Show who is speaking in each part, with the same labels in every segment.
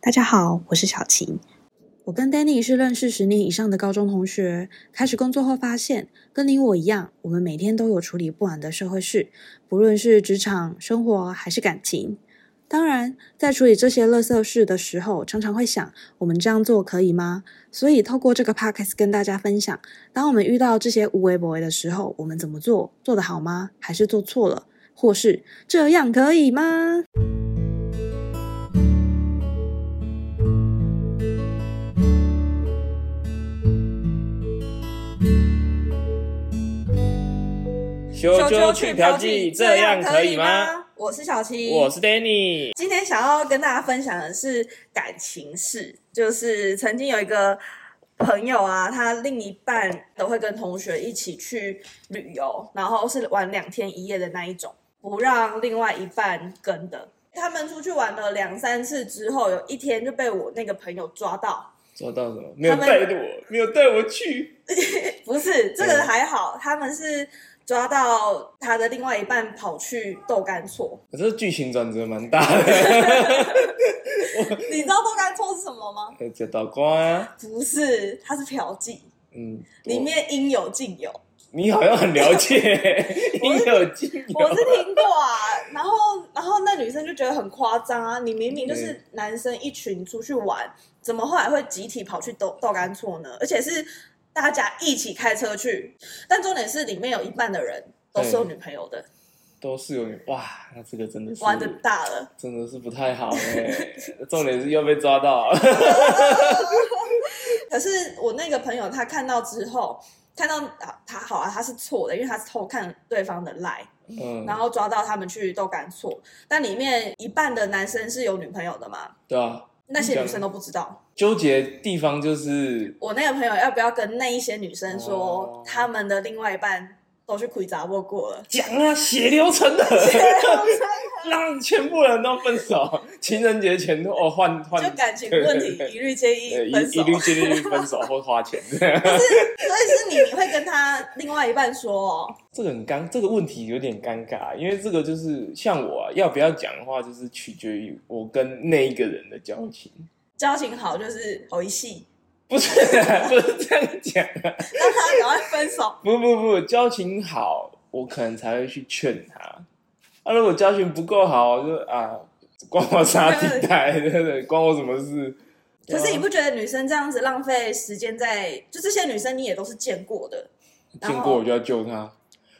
Speaker 1: 大家好，我是小晴。我跟 Danny 是认识十年以上的高中同学。开始工作后发现，跟你我一样，我们每天都有处理不完的社会事，不论是职场、生活还是感情。当然，在处理这些垃圾事的时候，常常会想，我们这样做可以吗？所以，透过这个 podcast 跟大家分享，当我们遇到这些无为不为的时候，我们怎么做？做得好吗？还是做错了？或是这样可以吗？
Speaker 2: 啾啾去嫖妓，这样可以吗？？
Speaker 3: 我是小七，
Speaker 2: 我是 Danny，
Speaker 3: 今天想要跟大家分享的是感情事，就是曾经有一个朋友啊，他另一半都会跟同学一起去旅游，然后是玩两天一夜的那一种，不让另外一半跟的。他们出去玩了两三次之后，有一天就被我那个朋友抓到，
Speaker 2: 抓到什么？没有带着我，没有带我去。
Speaker 3: 不是这个还好，他们是抓到他的另外一半跑去豆干搓。
Speaker 2: 可是剧情转折蛮大 的，哎
Speaker 3: 你知道豆干搓是什么吗？
Speaker 2: 这道光啊，
Speaker 3: 不是，它是嫖妓，
Speaker 2: 嗯，
Speaker 3: 里面应有尽有。
Speaker 2: 我你好像很了 解，应有尽有。
Speaker 3: 我是听过啊，然后然后那女生就觉得很夸张啊，你明明就是
Speaker 2: 对
Speaker 3: 男生一群出去玩，怎么后来会集体跑去豆豆干厝呢？而且是大家一起开车去，但重点是里面有一半的人都是有女朋友的，
Speaker 2: 都是有你哇，那这个真的是
Speaker 3: 玩的大了。
Speaker 2: 真的是不太好哎、重点是又被抓 到，
Speaker 3: 可是我那个朋友他看到之后，看到啊他好啊，他是错的，因为他是偷看对方的赖，
Speaker 2: 嗯，
Speaker 3: 然后抓到他们去豆干错，但里面一半的男生是有女朋友的嘛，
Speaker 2: 对啊，
Speaker 3: 那些女生都不知道。
Speaker 2: 纠结地方就是
Speaker 3: 我那个朋友要不要跟那一些女生
Speaker 2: 哦？
Speaker 3: 说，他们的另外一半都去鬼杂握过了
Speaker 2: 讲啊，血流成河，让全部人都分手，情人节前都哦换换
Speaker 3: 就感情问 题
Speaker 2: 对
Speaker 3: 一律建
Speaker 2: 呃，
Speaker 3: 议
Speaker 2: 一
Speaker 3: 分手
Speaker 2: 一，律建议分手或花钱。
Speaker 3: 所以是你你会跟他另外一半说哦，
Speaker 2: 这个很尴，这个问题有点尴尬，因为这个就是像我、啊、要不要讲的话，就是取决于我跟那一个人的交情，
Speaker 3: 交情好就是回戏，
Speaker 2: 不是、 啊、不是这样讲、啊，
Speaker 3: 让他赶快分手。
Speaker 2: 不不不，交情好，我可能才会去劝他。啊，如果交情不够好，我就啊，关我啥地带， 对不对？关我什么事？
Speaker 3: 可是你
Speaker 2: 对啊
Speaker 3: 不觉得女生这样子浪费时间在，就这些女生你也都是见过的，然后
Speaker 2: 见过我就要救他，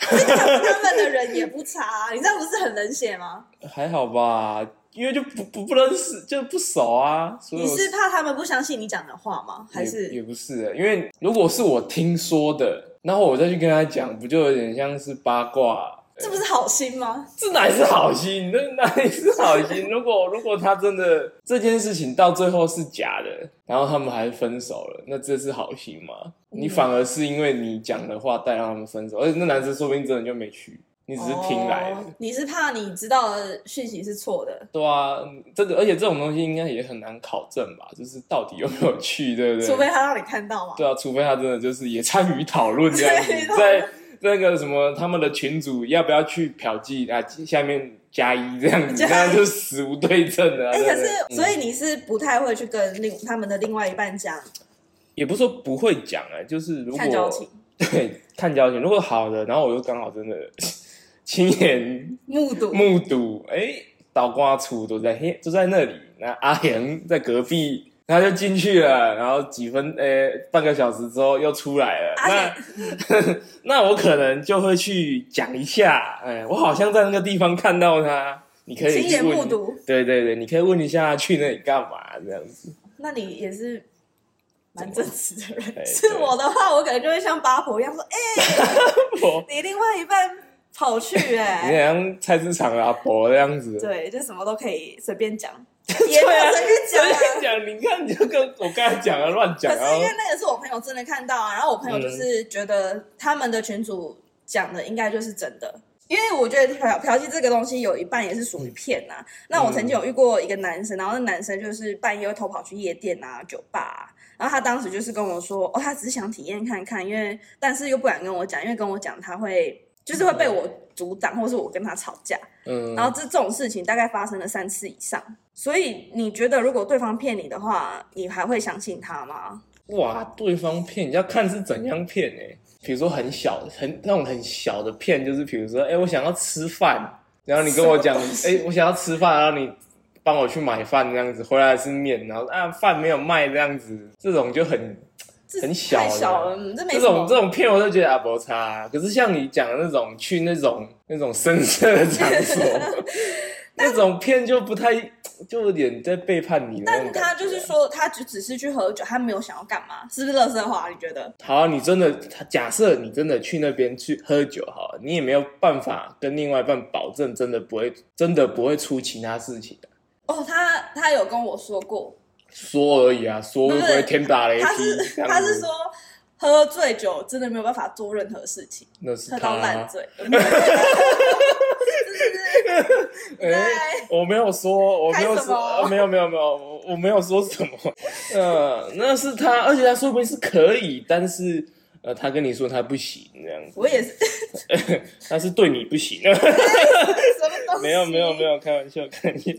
Speaker 3: 他们的人也不 差啊、你这样不是很冷血吗？
Speaker 2: 还好吧？因为就不不不认识，就不熟啊，所以
Speaker 3: 你
Speaker 2: 我
Speaker 3: 是怕他们不相信你讲的话吗？还
Speaker 2: 也也
Speaker 3: 是
Speaker 2: 不是欸，因为如果是我听说的，然后我再去跟他讲，不就有点像是八卦？
Speaker 3: 这不是好心吗？
Speaker 2: 这哪里是好心？那哪里是好心？如果如果他真的这件事情到最后是假的，然后他们还分手了，那这是好心吗？
Speaker 3: 嗯
Speaker 2: 你反而是因为你讲的话带让他们分手，而且那男生说不定真的就没去，你只是听来的。
Speaker 3: 哦你是怕你知道的讯息是错的，
Speaker 2: 对啊，这个而且这种东西应该也很难考证吧？就是到底有没有去，对不对？
Speaker 3: 除非他让你看到嘛。
Speaker 2: 对啊，除非他真的就是也参与讨论这样子
Speaker 3: 对，
Speaker 2: 在那个什么他们的群组要不要去嫖妓啊，下面加一这样子，
Speaker 3: 加一
Speaker 2: 那样就死无对证了啊。
Speaker 3: 哎、
Speaker 2: 对
Speaker 3: 可
Speaker 2: 不对
Speaker 3: 是
Speaker 2: 嗯
Speaker 3: 所以你是不太会去跟另他们的另外一半讲
Speaker 2: 也不是说不会讲啊，就是如果
Speaker 3: 看交情，
Speaker 2: 对看交情，如果好的，然后我又刚好真的 亲眼
Speaker 3: 目睹
Speaker 2: 目睹，哎，倒瓜处都在嘿都在那里，那阿恒在隔壁。他就进去了，然后几分诶、半个小时之后又出来了。
Speaker 3: 阿
Speaker 2: 那
Speaker 3: 贤
Speaker 2: 那我可能就会去讲一下，哎，我好像在那个地方看到他，你可以
Speaker 3: 亲眼
Speaker 2: 问
Speaker 3: 目睹，
Speaker 2: 对对对，你可以问一下去那里干嘛这样子，
Speaker 3: 那你也是蛮真实的
Speaker 2: 哎对
Speaker 3: 人。是我的话，我可能就会像八婆一样说：“哎、
Speaker 2: 我
Speaker 3: 你另外一半跑去
Speaker 2: 你
Speaker 3: 哎、
Speaker 2: 好像菜市场的阿伯这样子，
Speaker 3: 对，就什么都可以随便 讲，
Speaker 2: 啊
Speaker 3: 也没有随便讲
Speaker 2: 我
Speaker 3: 啊。
Speaker 2: 跟你 讲，你看你就跟我刚才讲的乱讲
Speaker 3: 可是因为
Speaker 2: 啊，
Speaker 3: 那个是我朋友真的看到啊，然后我朋友就是觉得他们的群主讲的应该就是真的。因为我觉得嫖嫖妓这个东西有一半也是属于骗呐、啊。那我曾经有遇过一个男生，然后那男生就是半夜会偷跑去夜店啊、酒吧、啊，然后他当时就是跟我说，哦，他只是想体验看看，因为但是又不敢跟我讲，因为跟我讲他会就是会被我阻挡，或是我跟他吵架。
Speaker 2: 嗯，
Speaker 3: 然后这这种事情大概发生了三次以上，所以你觉得如果对方骗你的话，你还会相信他吗？
Speaker 2: 哇，对方骗，你要看是怎样骗哎、比如说很小、很那种很小的骗，就是比如说，哎、我想要吃饭，然后你跟我讲，哎、我想要吃饭，然后你帮我去买饭这样子，回来是面，然后啊饭没有卖这样子，这种就很
Speaker 3: 这
Speaker 2: 很小
Speaker 3: 太
Speaker 2: 了
Speaker 3: 小了，嗯这没
Speaker 2: 这
Speaker 3: 什
Speaker 2: 种
Speaker 3: 么
Speaker 2: 这种骗我都觉得啊不差、啊。可是像你讲的那种去那种那种深色的场 所，那种骗就不太就有点在背叛你的那
Speaker 3: 但
Speaker 2: 种
Speaker 3: 他
Speaker 2: 感觉啊
Speaker 3: 就是说，他只只是去喝酒，他没有想要干嘛，是不是乐色话？你觉得？
Speaker 2: 好啊、你真的他假设你真的去那边去喝酒，好了，你也没有办法跟另外一半保证真的不会真的不会出其他事情、啊，
Speaker 3: 哦，他他有跟我说过，
Speaker 2: 说而已啊，说会不
Speaker 3: 不
Speaker 2: 会
Speaker 3: 是
Speaker 2: 天打雷劈
Speaker 3: 他是
Speaker 2: 这样子？
Speaker 3: 他是说喝醉酒真的没有办法做任何事情，
Speaker 2: 那是
Speaker 3: 喝
Speaker 2: 他
Speaker 3: 到
Speaker 2: 啊、
Speaker 3: 烂醉。
Speaker 2: 哎、
Speaker 3: 对
Speaker 2: 我没有说，我没有
Speaker 3: 开什
Speaker 2: 说，
Speaker 3: 么
Speaker 2: 呃没有没有没有，我我没有说什么。呃，那是他，而且他说不定是可以，但是呃，他跟你说他不行这样子，
Speaker 3: 我也是
Speaker 2: 他是对你不行。
Speaker 3: 什么东西？
Speaker 2: 没有没有没有，开玩笑，开玩笑。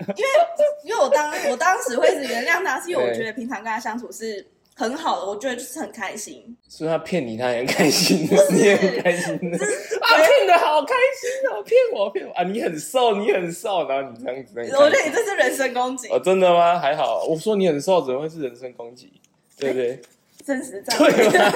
Speaker 3: 因为我当我当时会一直原谅他，是因为我
Speaker 2: 对
Speaker 3: 觉得平常跟他相处是很好的，我觉得就是很开心。
Speaker 2: 所以他骗你，他也很开心，你也很开心的。啊，骗的好开心哦，骗我骗我啊！你很瘦，你很瘦，然后你这样子，那
Speaker 3: 我觉得你这是人身攻击，
Speaker 2: 哦，真的吗？还好，我说你很瘦，怎么会是人身攻 击？对不对？
Speaker 3: 真实在
Speaker 2: 对吧？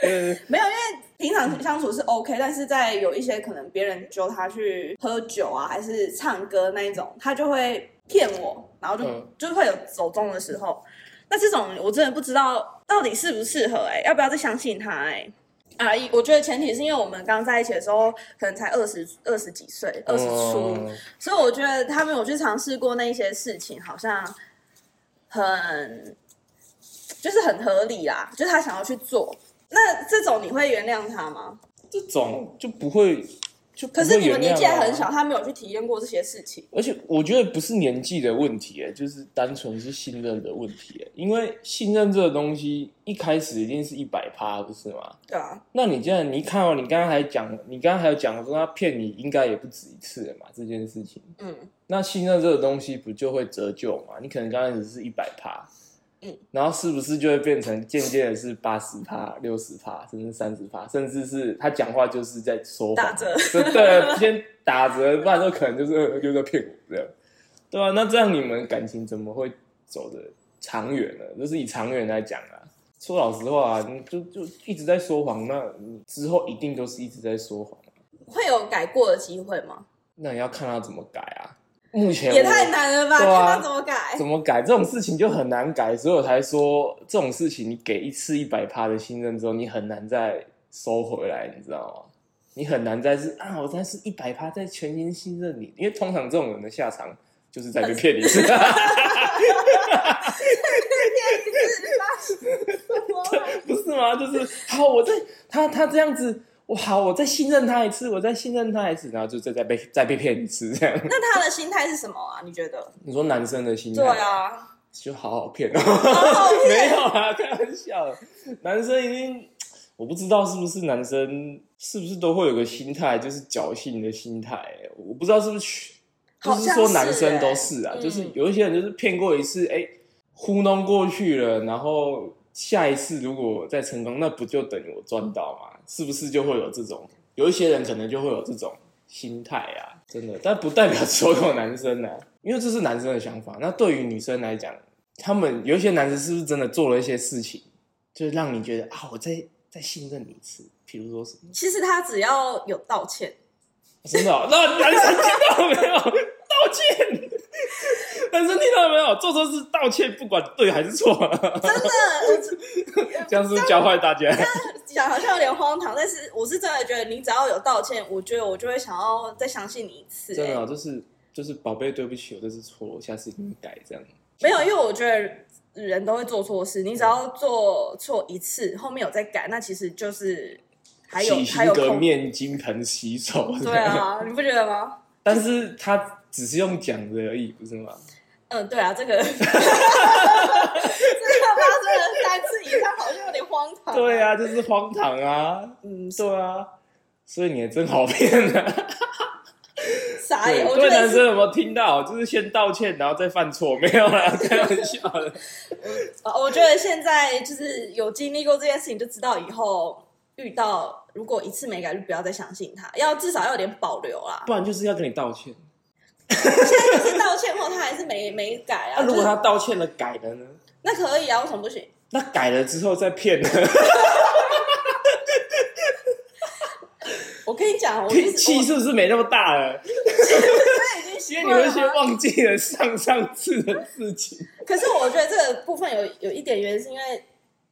Speaker 2: 对对
Speaker 3: 没有，因为平常相处是 OK，但是在有一些可能别人揪他去喝酒啊，还是唱歌那一种，他就会骗我，然后就、
Speaker 2: 嗯
Speaker 3: 就会有走动的时候。那这种我真的不知道到底适不适合、哎，要不要再相信他、哎。啊，我觉得前提是因为我们刚在一起的时候，可能才二十二十几岁， 二十出，
Speaker 2: 嗯
Speaker 3: 所以我觉得他们有去尝试过那一些事情，好像很就是很合理啦，就是他想要去做。那这种你会原谅他吗？
Speaker 2: 这种就不会，就不
Speaker 3: 可
Speaker 2: 会
Speaker 3: 是你们年纪还
Speaker 2: 原谅啊
Speaker 3: 很小，，他没有去体验过这些事情。
Speaker 2: 而且我觉得不是年纪的问题，哎，就是单纯是信任的问题，哎，因为信任这个东西一开始一定是一百趴，不是吗？
Speaker 3: 对啊，
Speaker 2: 那你既然你看哦，你刚刚还讲，你刚刚还有讲说他骗你，应该也不止一次了嘛，这件事情。
Speaker 3: 嗯，
Speaker 2: 那信任这个东西不就会折旧嘛？你可能刚开始是一百趴，
Speaker 3: 嗯，
Speaker 2: 然后是不是就会变成渐渐的是八十趴、六十趴，甚至三十趴，甚至是他讲话就是在说
Speaker 3: 打
Speaker 2: 谎，
Speaker 3: 折。
Speaker 2: 对对，先打折，不然就可能就是呃就是在骗我这样，对啊，那这样你们感情怎么会走的长远呢？就是以长远来讲啊，说老实话、啊，你就就一直在说谎，那你之后一定都是一直在说谎，
Speaker 3: 会有改过的机会吗？
Speaker 2: 那你要看他怎么改啊。目前
Speaker 3: 也
Speaker 2: 我
Speaker 3: 太难了吧！
Speaker 2: 对啊
Speaker 3: 看他怎么改
Speaker 2: 怎。 么改这种事情就很难改，所以我才说这种事情你给一次一百趴的信任之后，你很难再收回来，你知道吗？你很难再是啊，我再是一百趴再全心信任你，因为通常这种人的下场就是在被 骗一次。不是吗？就是好，我再他他这样子，我好，我再信任他一次，我再信任他一次，然后就再再被再被骗一次这样。
Speaker 3: 那他的心态是什么啊？你觉得？
Speaker 2: 你说男生的心态，
Speaker 3: 对啊，
Speaker 2: 就好好骗， 没有啊，开玩笑的。男生一定，我不知道是不是男生是不是都会有个心态，就是侥幸的心态。我不知道是不是去，就
Speaker 3: 好像
Speaker 2: 说男
Speaker 3: 是
Speaker 2: 生
Speaker 3: 欸
Speaker 2: 都是啊，
Speaker 3: 嗯
Speaker 2: 就是有一些人就是骗过一次，哎、糊弄过去了，然后下一次如果再成功，那不就等于我赚到吗？是不是就会有这种？有一些人可能就会有这种心态啊，真的，但不代表所有男生啊，因为这是男生的想法。那对于女生来讲，他们有一些男生是不是真的做了一些事情，就让你觉得啊，我再再信任你一次？比如说什么？
Speaker 3: 其实他只要有道歉，
Speaker 2: 真的、哦？那男生听到没有？道歉。男生听到没有？做错事道歉，不管对还是错，
Speaker 3: 真的， 我
Speaker 2: 这样是不是教坏大家？
Speaker 3: 讲好像有点荒唐，但是我是真的觉得你只要有道歉，我觉得我就会想要再相信你一次、
Speaker 2: 真的、
Speaker 3: 欸
Speaker 2: 哦，就是就是宝贝，对不起，我这次错了，我下次一定改。这样
Speaker 3: 没有，因为我觉得人都会做错事，你只要做错一次，后面有再改，那其实就是还有
Speaker 2: 洗
Speaker 3: 还
Speaker 2: 心
Speaker 3: 有
Speaker 2: 革
Speaker 3: 空。
Speaker 2: 面、金盆洗手。
Speaker 3: 对啊，你不觉得吗？
Speaker 2: 但是他只是用讲的而已，不是吗？
Speaker 3: 嗯，对啊，这个 这个发生
Speaker 2: 啊
Speaker 3: 了三次以上，好像有点荒唐。
Speaker 2: 对，啊，就是荒唐啊，
Speaker 3: 嗯，
Speaker 2: 对啊。所以你也真好骗啊！
Speaker 3: 傻
Speaker 2: 对
Speaker 3: 眼，哎我
Speaker 2: 各
Speaker 3: 觉
Speaker 2: 位男
Speaker 3: 得
Speaker 2: 生
Speaker 3: 是
Speaker 2: 有没有听到？就是先道歉，然后再犯错，没有啦，开玩笑的。
Speaker 3: 呃我觉得现在就是有经历过这件事情，就知道以后遇到如果一次没改，就不要再相信他，要至少要有点保留啦。
Speaker 2: 不然就是要跟你道歉。
Speaker 3: 就是道歉后他还是没没改
Speaker 2: 那、
Speaker 3: 啊，
Speaker 2: 如果
Speaker 3: 就是
Speaker 2: 他道歉了改了呢？
Speaker 3: 那可以啊，为什么不行？
Speaker 2: 那改了之后再骗呢？
Speaker 3: 我跟你讲，我就
Speaker 2: 脾
Speaker 3: 是
Speaker 2: 气
Speaker 3: 我
Speaker 2: 是不是没那么大了？
Speaker 3: 他已经习
Speaker 2: 因为
Speaker 3: 惯
Speaker 2: 你会
Speaker 3: 了
Speaker 2: 先
Speaker 3: 啊。
Speaker 2: 忘记了上上次的事 情。
Speaker 3: 可是我觉得这个部分有有一点原因，是因为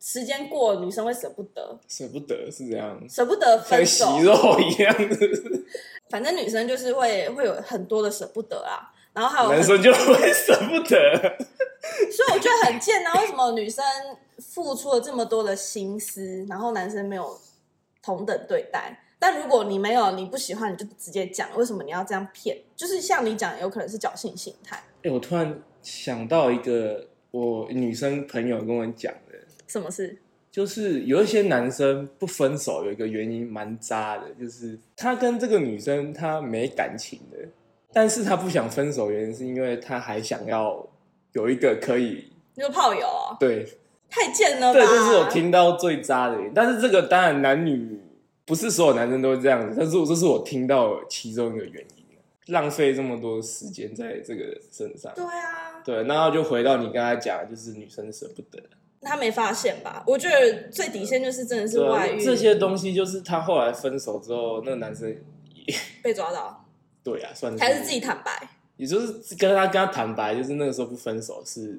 Speaker 3: 时间过了，女生会舍不得，
Speaker 2: 舍不得是这样，
Speaker 3: 舍不得
Speaker 2: 像
Speaker 3: 分
Speaker 2: 洗
Speaker 3: 手。
Speaker 2: 肉一样，是不是
Speaker 3: 反正女生就是会会有很多的舍不得啊，然后还有很
Speaker 2: 男生就会 舍不得。
Speaker 3: 所以我觉得很贱啊！为什么女生付出了这么多的心思，然后男生没有同等对待？但如果你没有，你不喜欢，你就直接讲，为什么你要这样骗？就是像你讲，有可能是侥幸心态。
Speaker 2: 哎、我突然想到一个我女生朋友跟我讲的，
Speaker 3: 什么事？
Speaker 2: 就是有一些男生不分手有一个原因蛮渣的，就是他跟这个女生他没感情的，但是他不想分手，原因是因为他还想要有一个可以
Speaker 3: 你说炮友哦，
Speaker 2: 对
Speaker 3: 太贱了吧？
Speaker 2: 对，这是我听到最渣的原因。但是这个当然男女不是所有男生都是这样子，但是我这是我听到其中一个原因，浪费这么多时间在这个身上。
Speaker 3: 对啊，
Speaker 2: 对，那就回到你刚才讲的，就是女生舍不得。
Speaker 3: 他没发现吧？我觉得最底线就是真的是
Speaker 2: 对啊
Speaker 3: 外遇，
Speaker 2: 这些东西就是他后来分手之后，那个男生也
Speaker 3: 被抓到，
Speaker 2: 对啊，算是
Speaker 3: 还是自己，坦白，
Speaker 2: 也就是跟他跟他坦白，就是那个时候不分手是，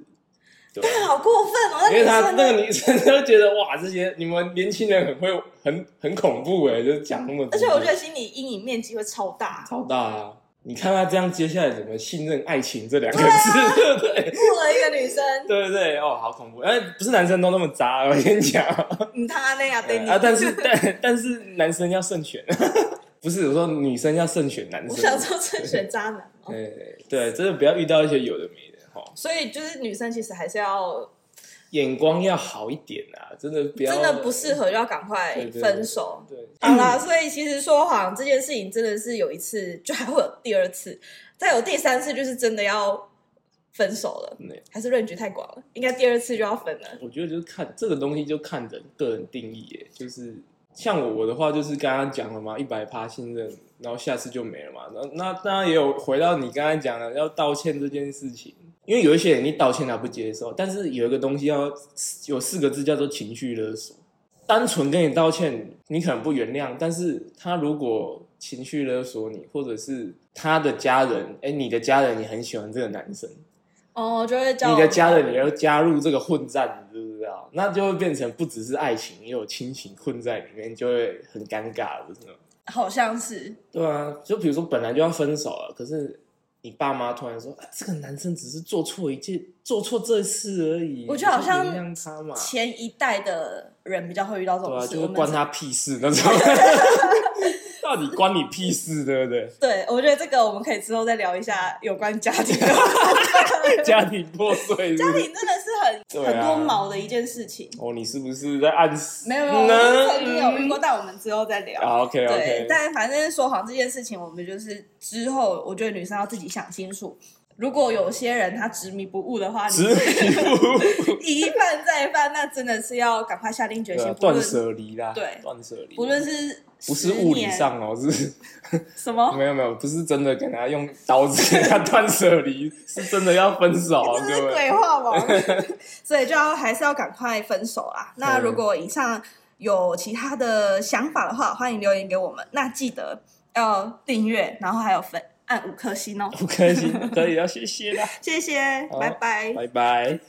Speaker 2: 对啊、
Speaker 3: 好过分哦！那
Speaker 2: 因为
Speaker 3: 女
Speaker 2: 他
Speaker 3: 生
Speaker 2: 那
Speaker 3: 呢
Speaker 2: 个女生就觉得哇，这些你们年轻人很会很很恐怖哎、就是讲那么多，
Speaker 3: 而且我觉得心理阴影面积会超 大，
Speaker 2: 超大啊！你看他这样，接下来怎么信任爱情这两个字，对
Speaker 3: 啊
Speaker 2: 不对？
Speaker 3: 雇了一个女生，
Speaker 2: 对不对？哦，好恐怖！哎，不是男生都那么渣，我跟你讲。
Speaker 3: 嗯，他那样对你
Speaker 2: 啊，但是 但但是男生要慎选， 不是我说女生要慎选男
Speaker 3: 我
Speaker 2: 生。
Speaker 3: 想说正选渣男嘛，
Speaker 2: 对对，真的不要遇到一些有的没的哈，
Speaker 3: 所以就是女生其实还是要
Speaker 2: 眼光要好一点啊，真的不要
Speaker 3: 真的不适合，要赶快
Speaker 2: 对对对
Speaker 3: 分手。
Speaker 2: 对，
Speaker 3: 好 啦，所以其实说谎这件事情真的是有一次就还会有第二次，再有第三次就是真的要分手了，
Speaker 2: 对
Speaker 3: 还是论局太广了，应该第二次就要分了。
Speaker 2: 我觉得就是看这个东西就看人个人定义耶，就是像我我的话就是刚刚讲了嘛，一百趴信任，然后下次就没了嘛。那那当然也有回到你刚才讲的要道歉这件事情，因为有一些人你道歉他不接受，但是有一个东西要有四个字叫做情绪勒索。单纯跟你道歉，你可能不原谅，但是他如果情绪勒索你，或者是他的家人，哎，你的家人也很喜欢这个男生，
Speaker 3: 哦，就会叫
Speaker 2: 你的家人也要加入这个混战，你知不知道？那就会变成不只是爱情，也有亲情混在里面，就会很尴尬，不是吗？
Speaker 3: 好像是
Speaker 2: 对啊，就比如说本来就要分手了，可是你爸妈突然说啊，这个男生只是做错一件，做错这事而已，
Speaker 3: 我觉得好像
Speaker 2: 你就原谅他嘛，
Speaker 3: 前一代的人比较会遇到这
Speaker 2: 对
Speaker 3: 种
Speaker 2: 啊，
Speaker 3: 事，
Speaker 2: 就
Speaker 3: 我
Speaker 2: 会
Speaker 3: 们
Speaker 2: 关他屁事那 种，到底关你屁事，对不对？
Speaker 3: 对，我觉得这个我们可以之后再聊一下有关家庭的。
Speaker 2: 家庭破碎是
Speaker 3: 家
Speaker 2: 不是，
Speaker 3: 庭真的是很、
Speaker 2: 对
Speaker 3: 很
Speaker 2: 啊
Speaker 3: 多毛的一件事情。
Speaker 2: 哦，你是不是在暗示？
Speaker 3: 没有，我
Speaker 2: 呢
Speaker 3: 们曾经有遇过，但我们之后再聊。
Speaker 2: 啊，OK
Speaker 3: 对
Speaker 2: OK，，
Speaker 3: 但反正说谎这件事情，我们就是之后，我觉得女生要自己想清楚。如果有些人他执迷不悟的 话，
Speaker 2: 执
Speaker 3: 你
Speaker 2: 迷不悟。
Speaker 3: 一犯再犯，那真的是要赶快下定决
Speaker 2: 对
Speaker 3: 心
Speaker 2: 啊，，
Speaker 3: 不
Speaker 2: 断
Speaker 3: 论
Speaker 2: 舍离啦，
Speaker 3: 对
Speaker 2: 断舍离，
Speaker 3: 不论是
Speaker 2: 不
Speaker 3: 十
Speaker 2: 是物理
Speaker 3: 年哦
Speaker 2: 上哦，是
Speaker 3: 什 么，
Speaker 2: 没有没有，不是真的给他用刀子 给他断舍离，是真的要分手 啊，
Speaker 3: 这是
Speaker 2: 各 位。
Speaker 3: 鬼话王， 所以就要还是要赶快分手啦。那如果以上有其他的想法的话，欢迎留言给我们。那记得要订阅，然后还有分按五颗星哦，
Speaker 2: 不开心，可以要谢谢啦，
Speaker 3: 谢谢，
Speaker 2: 好
Speaker 3: 拜拜。
Speaker 2: 拜拜。